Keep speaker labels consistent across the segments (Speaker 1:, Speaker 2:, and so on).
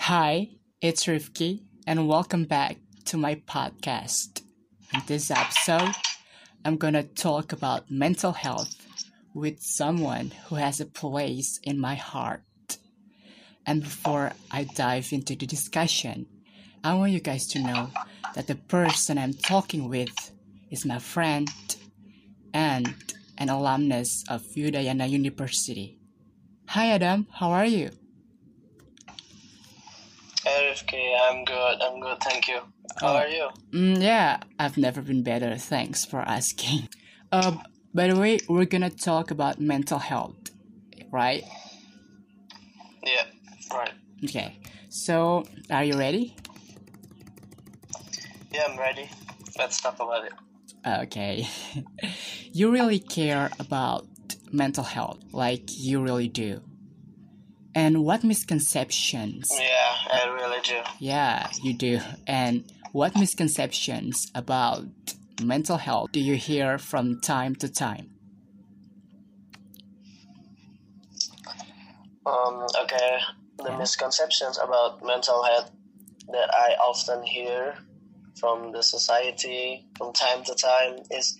Speaker 1: Hi, it's Rifki, and welcome back to my podcast. In this episode, I'm gonna talk about mental health with someone who has a place in my heart. And before I dive into the discussion, I want you guys to know that the person I'm talking with is my friend and an alumnus of Udayana University. Hi, Adam, how are you?
Speaker 2: Hey, Rifki, I'm good. I'm good. Thank you. How
Speaker 1: Oh.
Speaker 2: are you?
Speaker 1: Mm, yeah, I've never been better. Thanks for asking. Uh, by the way, we're gonna talk about mental health, right?
Speaker 2: Yeah, right.
Speaker 1: Okay. So, are you ready?
Speaker 2: Yeah, I'm ready. Let's talk about it.
Speaker 1: Okay. you really care about mental health, like you really do. And what misconceptions?
Speaker 2: Yeah, I really do.
Speaker 1: Yeah, you do. And what misconceptions about mental health do you hear from time to time?
Speaker 2: Um, okay. The
Speaker 1: Yeah.
Speaker 2: misconceptions about mental health that I often hear from the society from time to time is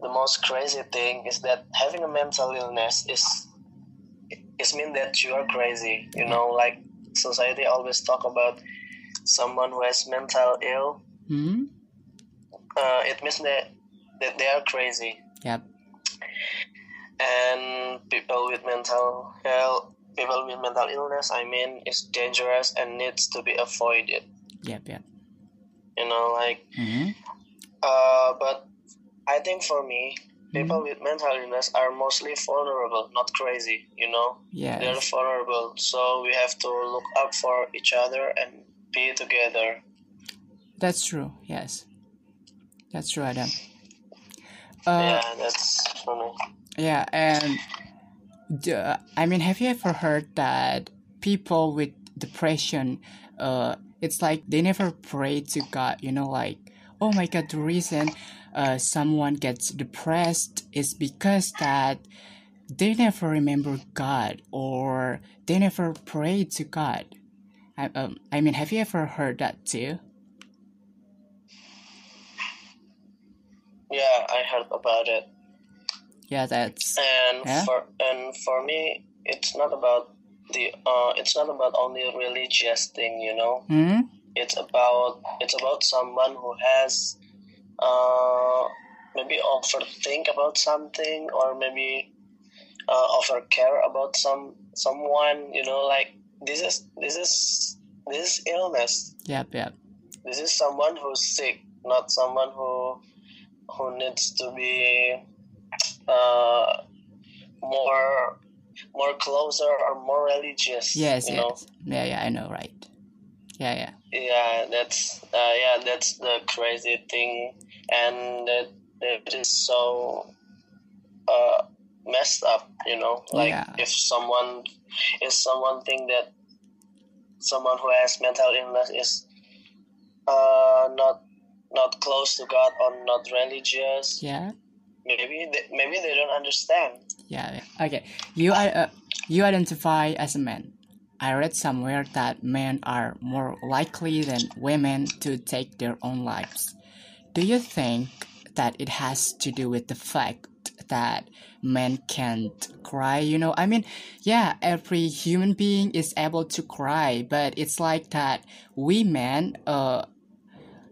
Speaker 2: the most crazy thing is that having a mental illness is is mean that you are crazy. You know, like society always talk about someone who has mental ill.
Speaker 1: Hmm?
Speaker 2: Uh, it means that that they are crazy.
Speaker 1: Yep.
Speaker 2: and people with mental health people with mental illness i mean is dangerous and needs to be avoided
Speaker 1: Yep, yep.
Speaker 2: you know like
Speaker 1: hmm
Speaker 2: uh, but i think for me people
Speaker 1: Mhm.
Speaker 2: with mental illness are mostly vulnerable not crazy you know they're
Speaker 1: Yes.
Speaker 2: vulnerable so we have to look up for each other and be together
Speaker 1: That's true. Yes, that's true, Adam. Uh,
Speaker 2: yeah that's for me
Speaker 1: yeah, and d- uh, I mean, have you ever heard that people with depression, uh, it's like they never pray to God. You know, like, oh my God, the reason uh, someone gets depressed is because that they never remember God or they never pray to God. I, um, I mean, have you ever heard that too?
Speaker 2: yeah i heard about it
Speaker 1: Yeah, that's
Speaker 2: and
Speaker 1: yeah.
Speaker 2: for and for me it's not about the uh it's not about only religious thing you know
Speaker 1: Hmm.
Speaker 2: it's about it's about someone who has uh maybe overthink about something or maybe uh, overcare about some someone you know like this is this is this is illness
Speaker 1: Yep. Yep.
Speaker 2: this is someone who's sick not someone who who needs to be uh more more closer or more religious
Speaker 1: Yes,
Speaker 2: you know
Speaker 1: yes. Yeah, yeah, I know, right. Yeah, yeah.
Speaker 2: yeah that's uh, yeah that's the crazy thing and that that is so uh messed up you know like
Speaker 1: Yeah.
Speaker 2: if someone if someone think that someone who has mental illness is uh not not close to god or not religious
Speaker 1: Yeah.
Speaker 2: maybe they, maybe they don't understand
Speaker 1: Yeah. yeah. Okay. You are uh, you identify as a man. I read somewhere that men are more likely than women to take their own lives. Do you think that it has to do with the fact that men can't cry? You know, I mean, yeah, every human being is able to cry, but it's like that we men uh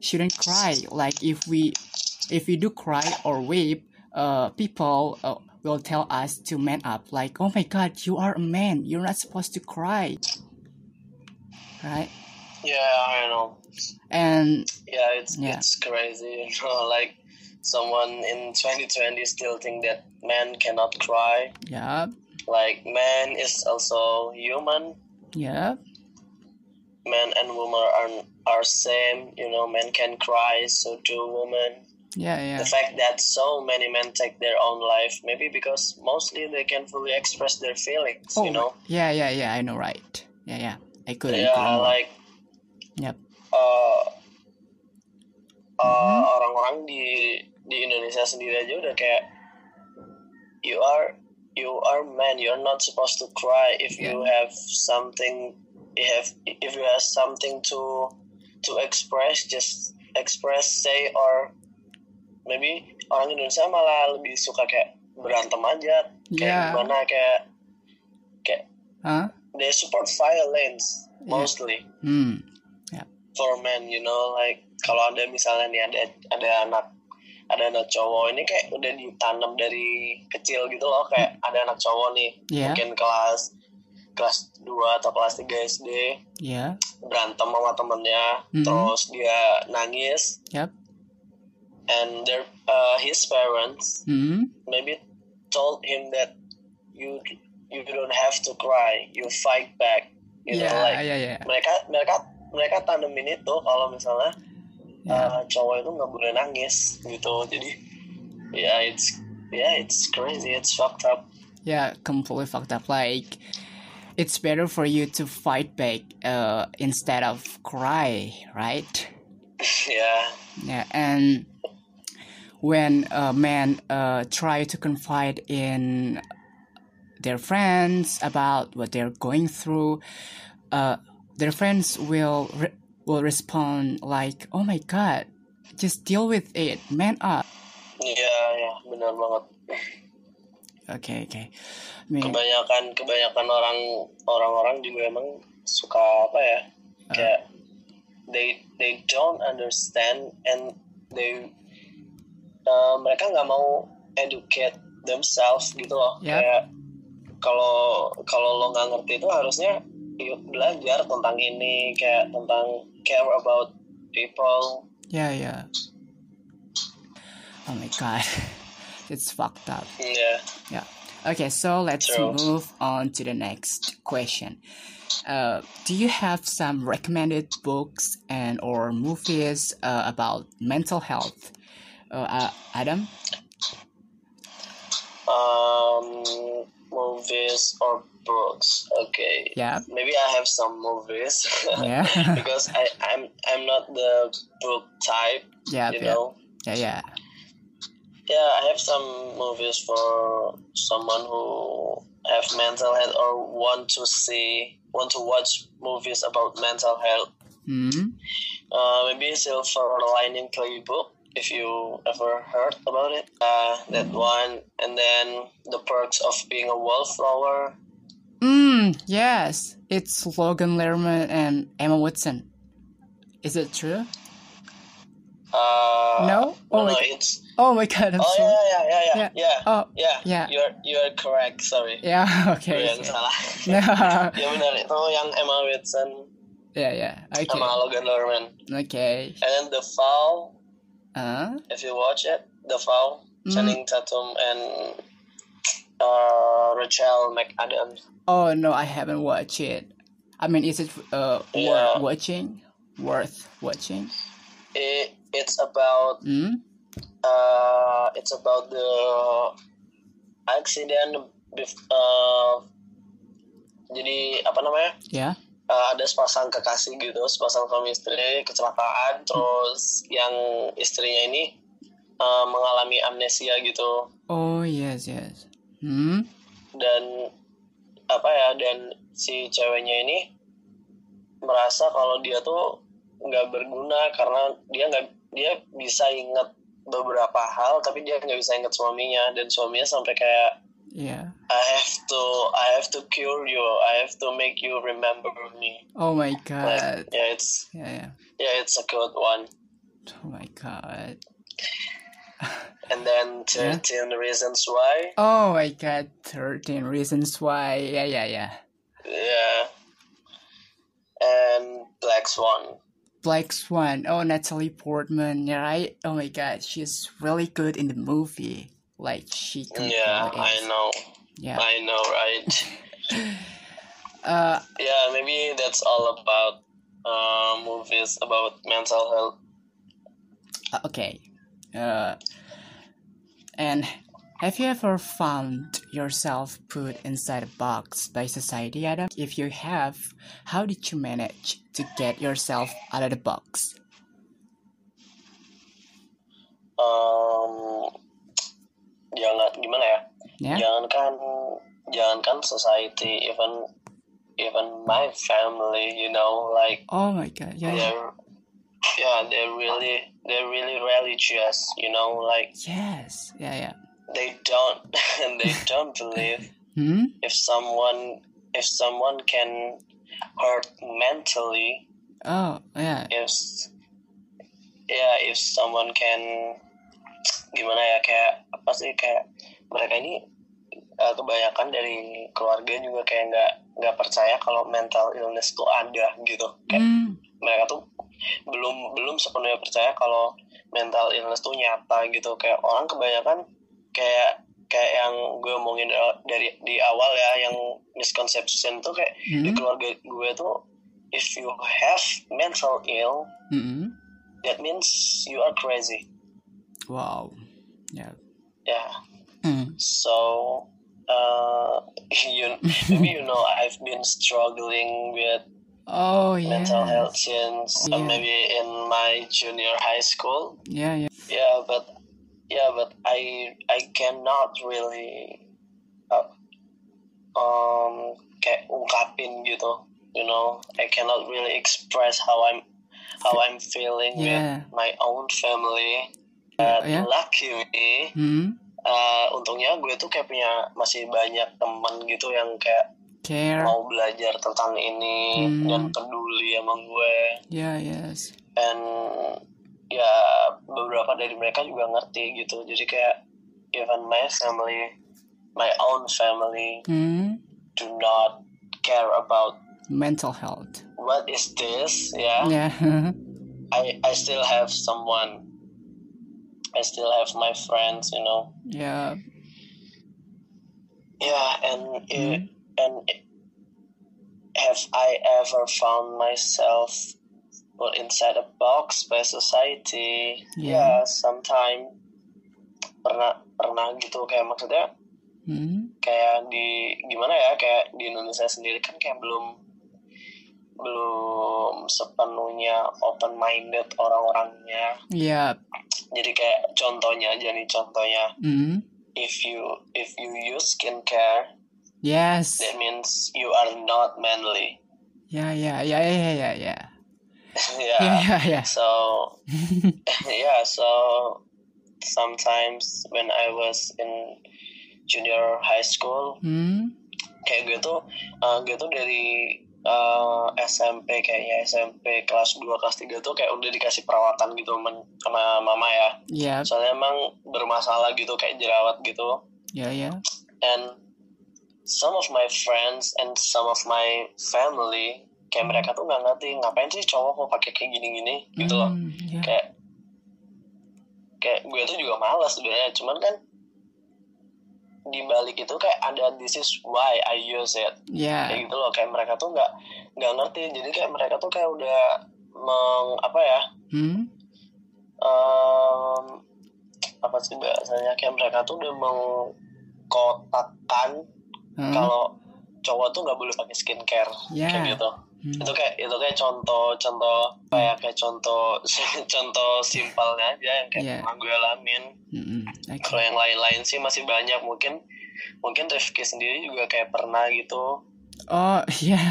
Speaker 1: shouldn't cry. Like if we if we do cry or weep, uh, people uh, will tell us to man up. Like, oh my God, you are a man. You're not supposed to cry, right?
Speaker 2: yeah i know
Speaker 1: And
Speaker 2: yeah it's
Speaker 1: yeah,
Speaker 2: it's crazy you know like someone in 2020 still think that man cannot cry
Speaker 1: yeah,
Speaker 2: like man is also human
Speaker 1: yeah,
Speaker 2: man and woman are are same you know men can cry so do women
Speaker 1: yeah, yeah,
Speaker 2: the fact that so many men take their own life maybe because mostly they can fully express their feelings you
Speaker 1: oh my,
Speaker 2: know
Speaker 1: yeah, yeah, yeah. I know, right? Yeah, yeah. I couldn't agree
Speaker 2: yeah
Speaker 1: more.
Speaker 2: like
Speaker 1: Yep.
Speaker 2: uh, uh
Speaker 1: Mhm.
Speaker 2: orang-orang di di Indonesia sendiri aja udah kayak you are you are man you're not supposed to cry if
Speaker 1: Yeah.
Speaker 2: you have something you have if you have something to to express just express say or maybe orang Indonesia malah lebih suka kayak berantem aja kayak
Speaker 1: Yeah.
Speaker 2: gimana kayak kayak
Speaker 1: Huh?
Speaker 2: they support violence mostly
Speaker 1: Hmm.
Speaker 2: for men you know like kalau ada misalnya nih ada ada anak ada anak cowok ini kayak udah ditanam dari kecil gitu loh kayak ada anak cowok nih
Speaker 1: Yeah.
Speaker 2: mungkin kelas kelas 2 atau kelas 3 SD
Speaker 1: Yeah.
Speaker 2: berantem sama temennya
Speaker 1: Mhm.
Speaker 2: terus dia nangis
Speaker 1: Yep.
Speaker 2: and their uh, his parents
Speaker 1: Hmm.
Speaker 2: maybe told him that you you don't have to cry you fight back you know like uh,
Speaker 1: Yeah. Yeah. Yeah.
Speaker 2: mereka mereka mereka tanemin itu kalau misalnya
Speaker 1: Yeah.
Speaker 2: uh, cowok itu nggak boleh nangis gitu jadi ya it's yeah it's crazy it's fucked up
Speaker 1: Yeah, completely fucked up. Like, it's better for you to fight back uh, instead of cry, right?
Speaker 2: yeah
Speaker 1: Yeah, and when a man uh, try to confide in their friends about what they're going through, uh, their friends will re- will respond like, "Oh my god, just deal with it, man up."
Speaker 2: yeah yeah ya, benar banget
Speaker 1: Okay, okay. I mean,
Speaker 2: kebanyakan kebanyakan orang orang-orang juga emang suka apa ya kayak they they don't understand and they uh, mereka nggak mau educate themselves gitu loh
Speaker 1: Yep.
Speaker 2: kayak kalau kalau lo nggak ngerti itu harusnya yuk belajar tentang ini kayak tentang care about people
Speaker 1: yeah, yeah. Oh my god, it's fucked up.
Speaker 2: ya
Speaker 1: Yeah. Okay, so let's
Speaker 2: Sure.
Speaker 1: move on to the next question. Uh, do you have some recommended books and or movies uh, about mental health? Uh, uh, Adam?
Speaker 2: um, movies or books okay
Speaker 1: Yeah.
Speaker 2: maybe I have some movies
Speaker 1: Yeah.
Speaker 2: because I, I'm I'm not the book type,
Speaker 1: yeah,
Speaker 2: you
Speaker 1: yeah,
Speaker 2: know.
Speaker 1: yeah, yeah.
Speaker 2: Yeah, I have some movies for someone who have mental health or want to see want to watch movies about mental health.
Speaker 1: Hmm.
Speaker 2: Uh, maybe Silver Lining Playbook if you ever heard about it. Uh, that one, and then the perks of being a wallflower.
Speaker 1: Mm, yes, it's Logan Lerman and Emma Watson. Is it true?
Speaker 2: Uh,
Speaker 1: No? Oh my
Speaker 2: no, no,
Speaker 1: god.
Speaker 2: it's
Speaker 1: Oh my god, I'm
Speaker 2: oh
Speaker 1: sorry.
Speaker 2: yeah yeah yeah yeah yeah.
Speaker 1: Oh,
Speaker 2: Ya,
Speaker 1: Ya.
Speaker 2: you're you're correct. Sorry,
Speaker 1: yeah,
Speaker 2: Gue
Speaker 1: okay.
Speaker 2: yang salah.
Speaker 1: yeah,
Speaker 2: ya benar itu yang Emma Watson
Speaker 1: yeah, yeah. Okay.
Speaker 2: sama Logan Lerman.
Speaker 1: Okay.
Speaker 2: And then The Fall,
Speaker 1: Uh,
Speaker 2: if you watch it, The Fall,
Speaker 1: Mm.
Speaker 2: Channing Tatum and uh, Rachel McAdams.
Speaker 1: Oh no, I haven't watched it. I mean, is it uh
Speaker 2: Yeah.
Speaker 1: worth watching? Worth watching?
Speaker 2: It, it's about
Speaker 1: Mm?
Speaker 2: uh, it's about the accident. bef- Uh, jadi apa namanya?
Speaker 1: Yeah.
Speaker 2: Uh, ada sepasang kekasih gitu, sepasang suami istri kecelakaan, terus yang istrinya ini uh, mengalami amnesia gitu,
Speaker 1: Oh yes, yes. Hmm.
Speaker 2: dan apa ya, dan si ceweknya ini merasa kalau dia tuh nggak berguna karena dia nggak dia bisa inget beberapa hal, tapi dia nggak bisa inget suaminya, dan suaminya sampai kayak
Speaker 1: Yeah.
Speaker 2: I have to I have to cure you, I have to make you remember me.
Speaker 1: Oh my
Speaker 2: Like,
Speaker 1: god.
Speaker 2: yeah, it's
Speaker 1: Yeah, yeah.
Speaker 2: Yeah, it's a good one.
Speaker 1: Oh my god.
Speaker 2: And then 13 Reasons Why.
Speaker 1: Oh my god. Thirteen reasons why. Yeah, yeah, yeah.
Speaker 2: Yeah. And Black Swan.
Speaker 1: Black Swan. Oh, Natalie Portman. Yeah, right. Oh my god, she's really good in the movie. Like she.
Speaker 2: Yeah,
Speaker 1: completely
Speaker 2: I
Speaker 1: is.
Speaker 2: know.
Speaker 1: Yeah.
Speaker 2: I know, right?
Speaker 1: Uh.
Speaker 2: yeah, maybe that's all about uh, movies about mental health.
Speaker 1: Uh, okay. Uh, and have you ever found yourself put inside a box by society, Adam? If you have, how did you manage to get yourself out of the box?
Speaker 2: Um, jangan gimana ya?
Speaker 1: Yeah.
Speaker 2: Jangankan jangankan society, even even my family, you know, like
Speaker 1: Oh my god, yeah, yeah.
Speaker 2: they're yeah, they're really they're really religious, you know, like
Speaker 1: yes, yeah, yeah.
Speaker 2: they don't they don't believe
Speaker 1: Hmm?
Speaker 2: if someone if someone can hurt mentally
Speaker 1: Oh, yeah,
Speaker 2: if ya if someone can gimana ya kayak apa sih kayak mereka ini eh, kebanyakan dari keluarga juga kayak nggak nggak percaya kalau mental illness tuh ada gitu kayak
Speaker 1: Hmm.
Speaker 2: mereka tuh belum belum sepenuhnya percaya kalau mental illness tuh nyata gitu kayak orang kebanyakan kayak kayak yang gue omongin dari- dari di awal ya yang misconception tuh kayak di
Speaker 1: Hmm.
Speaker 2: keluarga gue tuh if you have mental ill
Speaker 1: Hmm.
Speaker 2: that means you are crazy
Speaker 1: Wow. Yeah.
Speaker 2: yeah
Speaker 1: Hmm.
Speaker 2: so uh you maybe you know i've been struggling with
Speaker 1: Oh
Speaker 2: mental
Speaker 1: yeah.
Speaker 2: health since uh,
Speaker 1: Yeah.
Speaker 2: maybe in my junior high school
Speaker 1: Yeah, yeah.
Speaker 2: yeah but yeah but i i cannot really uh, um kayak ungkapin gitu you know i cannot really express how i'm how i'm feeling
Speaker 1: Yeah.
Speaker 2: with my own family
Speaker 1: Yeah,
Speaker 2: But
Speaker 1: yeah.
Speaker 2: lucky me
Speaker 1: Hmm.
Speaker 2: uh, untungnya gue tuh kayak punya masih banyak teman gitu yang kayak
Speaker 1: Care.
Speaker 2: mau belajar tentang ini
Speaker 1: Hmm.
Speaker 2: dan peduli sama gue
Speaker 1: Yeah, yes.
Speaker 2: and ya beberapa dari mereka juga ngerti gitu jadi kayak even my family my own family
Speaker 1: Hmm.
Speaker 2: do not care about
Speaker 1: Mental health.
Speaker 2: what is this
Speaker 1: Hmm.
Speaker 2: yeah
Speaker 1: Yeah.
Speaker 2: I I still have someone I still have my friends you know
Speaker 1: yeah.
Speaker 2: yeah and i- and i- have I ever found myself put inside a box by society
Speaker 1: Yeah.
Speaker 2: yeah sometime pernah pernah gitu kayak maksudnya
Speaker 1: Hmm.
Speaker 2: kayak di gimana ya kayak di Indonesia sendiri kan kayak belum belum sepenuhnya open minded orang-orangnya
Speaker 1: Yeah.
Speaker 2: jadi kayak contohnya aja nih contohnya
Speaker 1: Hmm.
Speaker 2: if you if you use skincare
Speaker 1: Yes.
Speaker 2: that means you are not manly
Speaker 1: Yeah, yeah, yeah, yeah, yeah, yeah. Yeah,
Speaker 2: yeah
Speaker 1: yeah, yeah.
Speaker 2: so yeah so sometimes when I was in junior high school
Speaker 1: Hmm.
Speaker 2: kayak gue tuh eh, gue tuh dari eh, SMP kayaknya SMP kelas 2 kelas 3 tuh kayak udah dikasih perawatan gitu men- sama mama ya
Speaker 1: Yeah,
Speaker 2: soalnya emang bermasalah gitu kayak jerawat gitu
Speaker 1: yeah, yeah.
Speaker 2: and some of my friends and some of my family kayak mereka tuh nggak ngerti ngapain sih cowok kok pakai kayak gini-gini gitu loh
Speaker 1: Hmm, yeah.
Speaker 2: kayak kayak gue tuh juga malas sebenarnya cuman kan di balik itu kayak ada this is why I use it
Speaker 1: Yeah.
Speaker 2: kayak gitu loh kayak mereka tuh nggak nggak ngerti jadi kayak mereka tuh kayak udah meng apa ya
Speaker 1: Hmm.
Speaker 2: em, apa sih bahasanya kayak mereka tuh udah mengkotakkan
Speaker 1: Uh,
Speaker 2: kalau cowok tuh nggak boleh pakai skincare kayak
Speaker 1: yeah.
Speaker 2: gitu
Speaker 1: Hmm.
Speaker 2: itu kayak itu kayak contoh contoh kayak kayak contoh contoh simpelnya aja yang kayak
Speaker 1: Iya.
Speaker 2: pernah gue alamin
Speaker 1: Mm-mm.
Speaker 2: kalau
Speaker 1: Okay.
Speaker 2: yang lain-lain sih masih banyak mungkin mungkin Rifki sendiri juga kayak pernah gitu
Speaker 1: Oh, yeah.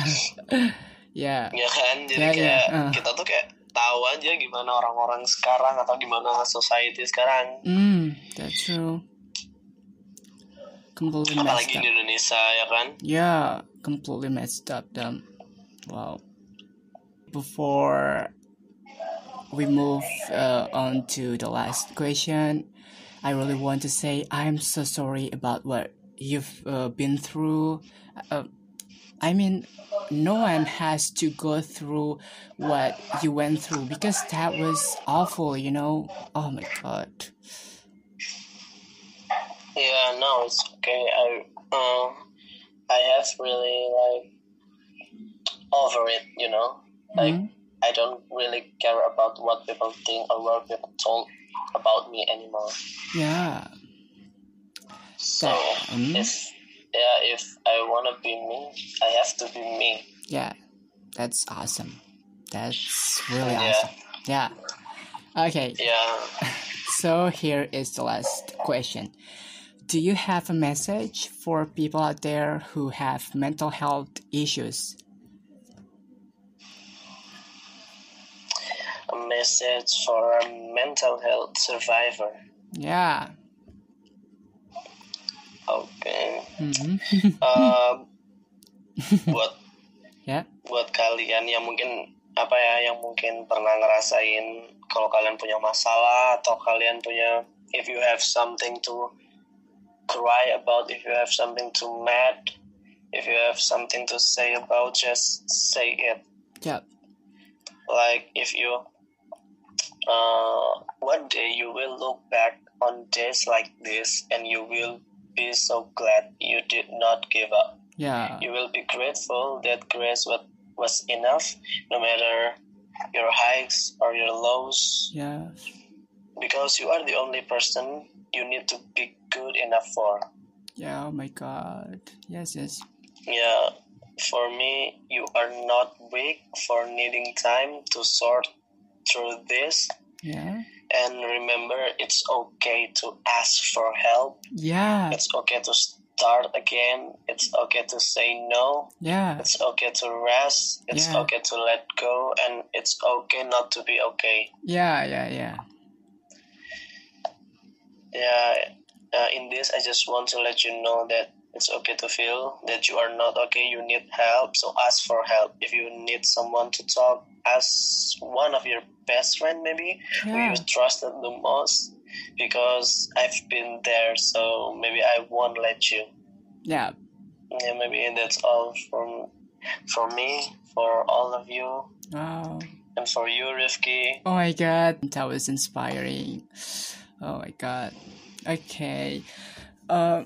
Speaker 1: yeah.
Speaker 2: ya kan jadi
Speaker 1: Ya, ya,
Speaker 2: kayak
Speaker 1: ah.
Speaker 2: kita tuh kayak tahu aja gimana orang-orang sekarang atau gimana society sekarang
Speaker 1: Mm, that's true. Completely messed
Speaker 2: apalagi
Speaker 1: up.
Speaker 2: di Indonesia ya kan
Speaker 1: Yeah, completely messed up them. Wow. Before we move uh, on to the last question, I really want to say I'm so sorry about what you've uh, been through. Uh, I mean, no one has to go through what you went through because that was awful, you know? Oh my god.
Speaker 2: yeah no it's okay I uh, I have really like over it you know like
Speaker 1: Mhm.
Speaker 2: I don't really care about what people think or what people told about me anymore
Speaker 1: Yeah.
Speaker 2: so
Speaker 1: Mhm.
Speaker 2: if yeah if I wanna be me I have to be me
Speaker 1: Yeah, that's awesome. That's really
Speaker 2: Yeah.
Speaker 1: awesome. Yeah. Okay,
Speaker 2: yeah
Speaker 1: so here is the last question. Do you have a message for people out there who have mental health issues?
Speaker 2: A message for a mental health survivor.
Speaker 1: Yeah.
Speaker 2: Okay.
Speaker 1: Mhm.
Speaker 2: Um, buat
Speaker 1: Ya.
Speaker 2: buat kalian yang mungkin apa ya yang mungkin pernah ngerasain kalau kalian punya masalah atau kalian punya if you have something to cry about if you have something to mad if you have something to say about just say it
Speaker 1: Yep.
Speaker 2: like if you uh, one day you will look back on days like this and you will be so glad you did not give up
Speaker 1: Yeah.
Speaker 2: you will be grateful that grace was, was enough, no matter your highs or your lows,
Speaker 1: Yeah.
Speaker 2: because you are the only person you need to be good enough for.
Speaker 1: Yeah. Oh my God. Yes. Yes.
Speaker 2: Yeah, for me, you are not weak for needing time to sort through this,
Speaker 1: Yeah.
Speaker 2: and remember it's okay to ask for help,
Speaker 1: Yeah.
Speaker 2: it's okay to start again, it's okay to say no,
Speaker 1: Yeah.
Speaker 2: It's okay to rest. It's
Speaker 1: Yeah.
Speaker 2: okay to let go, and it's okay not to be okay.
Speaker 1: Yeah. Yeah. Yeah.
Speaker 2: Yeah. Uh, in this, I just want to let you know that it's okay to feel that you are not okay. You need help, so ask for help. If you need someone to talk, ask one of your best friend, maybe
Speaker 1: Yeah.
Speaker 2: who you trusted the most, because I've been there. So maybe I won't let you.
Speaker 1: Yeah.
Speaker 2: Yeah, maybe that's all from from me for all of you
Speaker 1: Wow.
Speaker 2: and for you, Rifki.
Speaker 1: Oh my god, that was inspiring. Oh my god. Okay. Uh,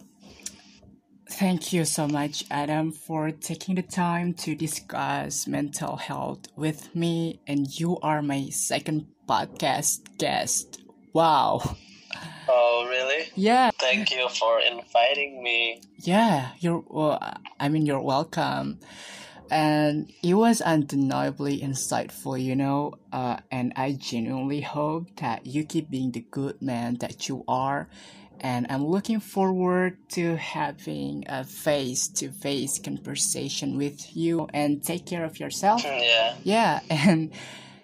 Speaker 1: thank you so much, Adam, for taking the time to discuss mental health with me, and you are my second podcast guest. Wow.
Speaker 2: Oh, really?
Speaker 1: Yeah.
Speaker 2: Thank you for inviting me.
Speaker 1: Yeah, you're. Well, I mean, you're welcome. And it was undeniably insightful, you know. Uh, and I genuinely hope that you keep being the good man that you are. And I'm looking forward to having a face to face conversation with you. And take care of yourself.
Speaker 2: Yeah.
Speaker 1: Yeah, and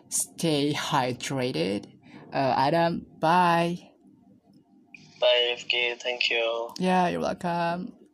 Speaker 1: stay hydrated. Uh, Adam, bye.
Speaker 2: Bye, Rifki. Thank you.
Speaker 1: Yeah, you're welcome.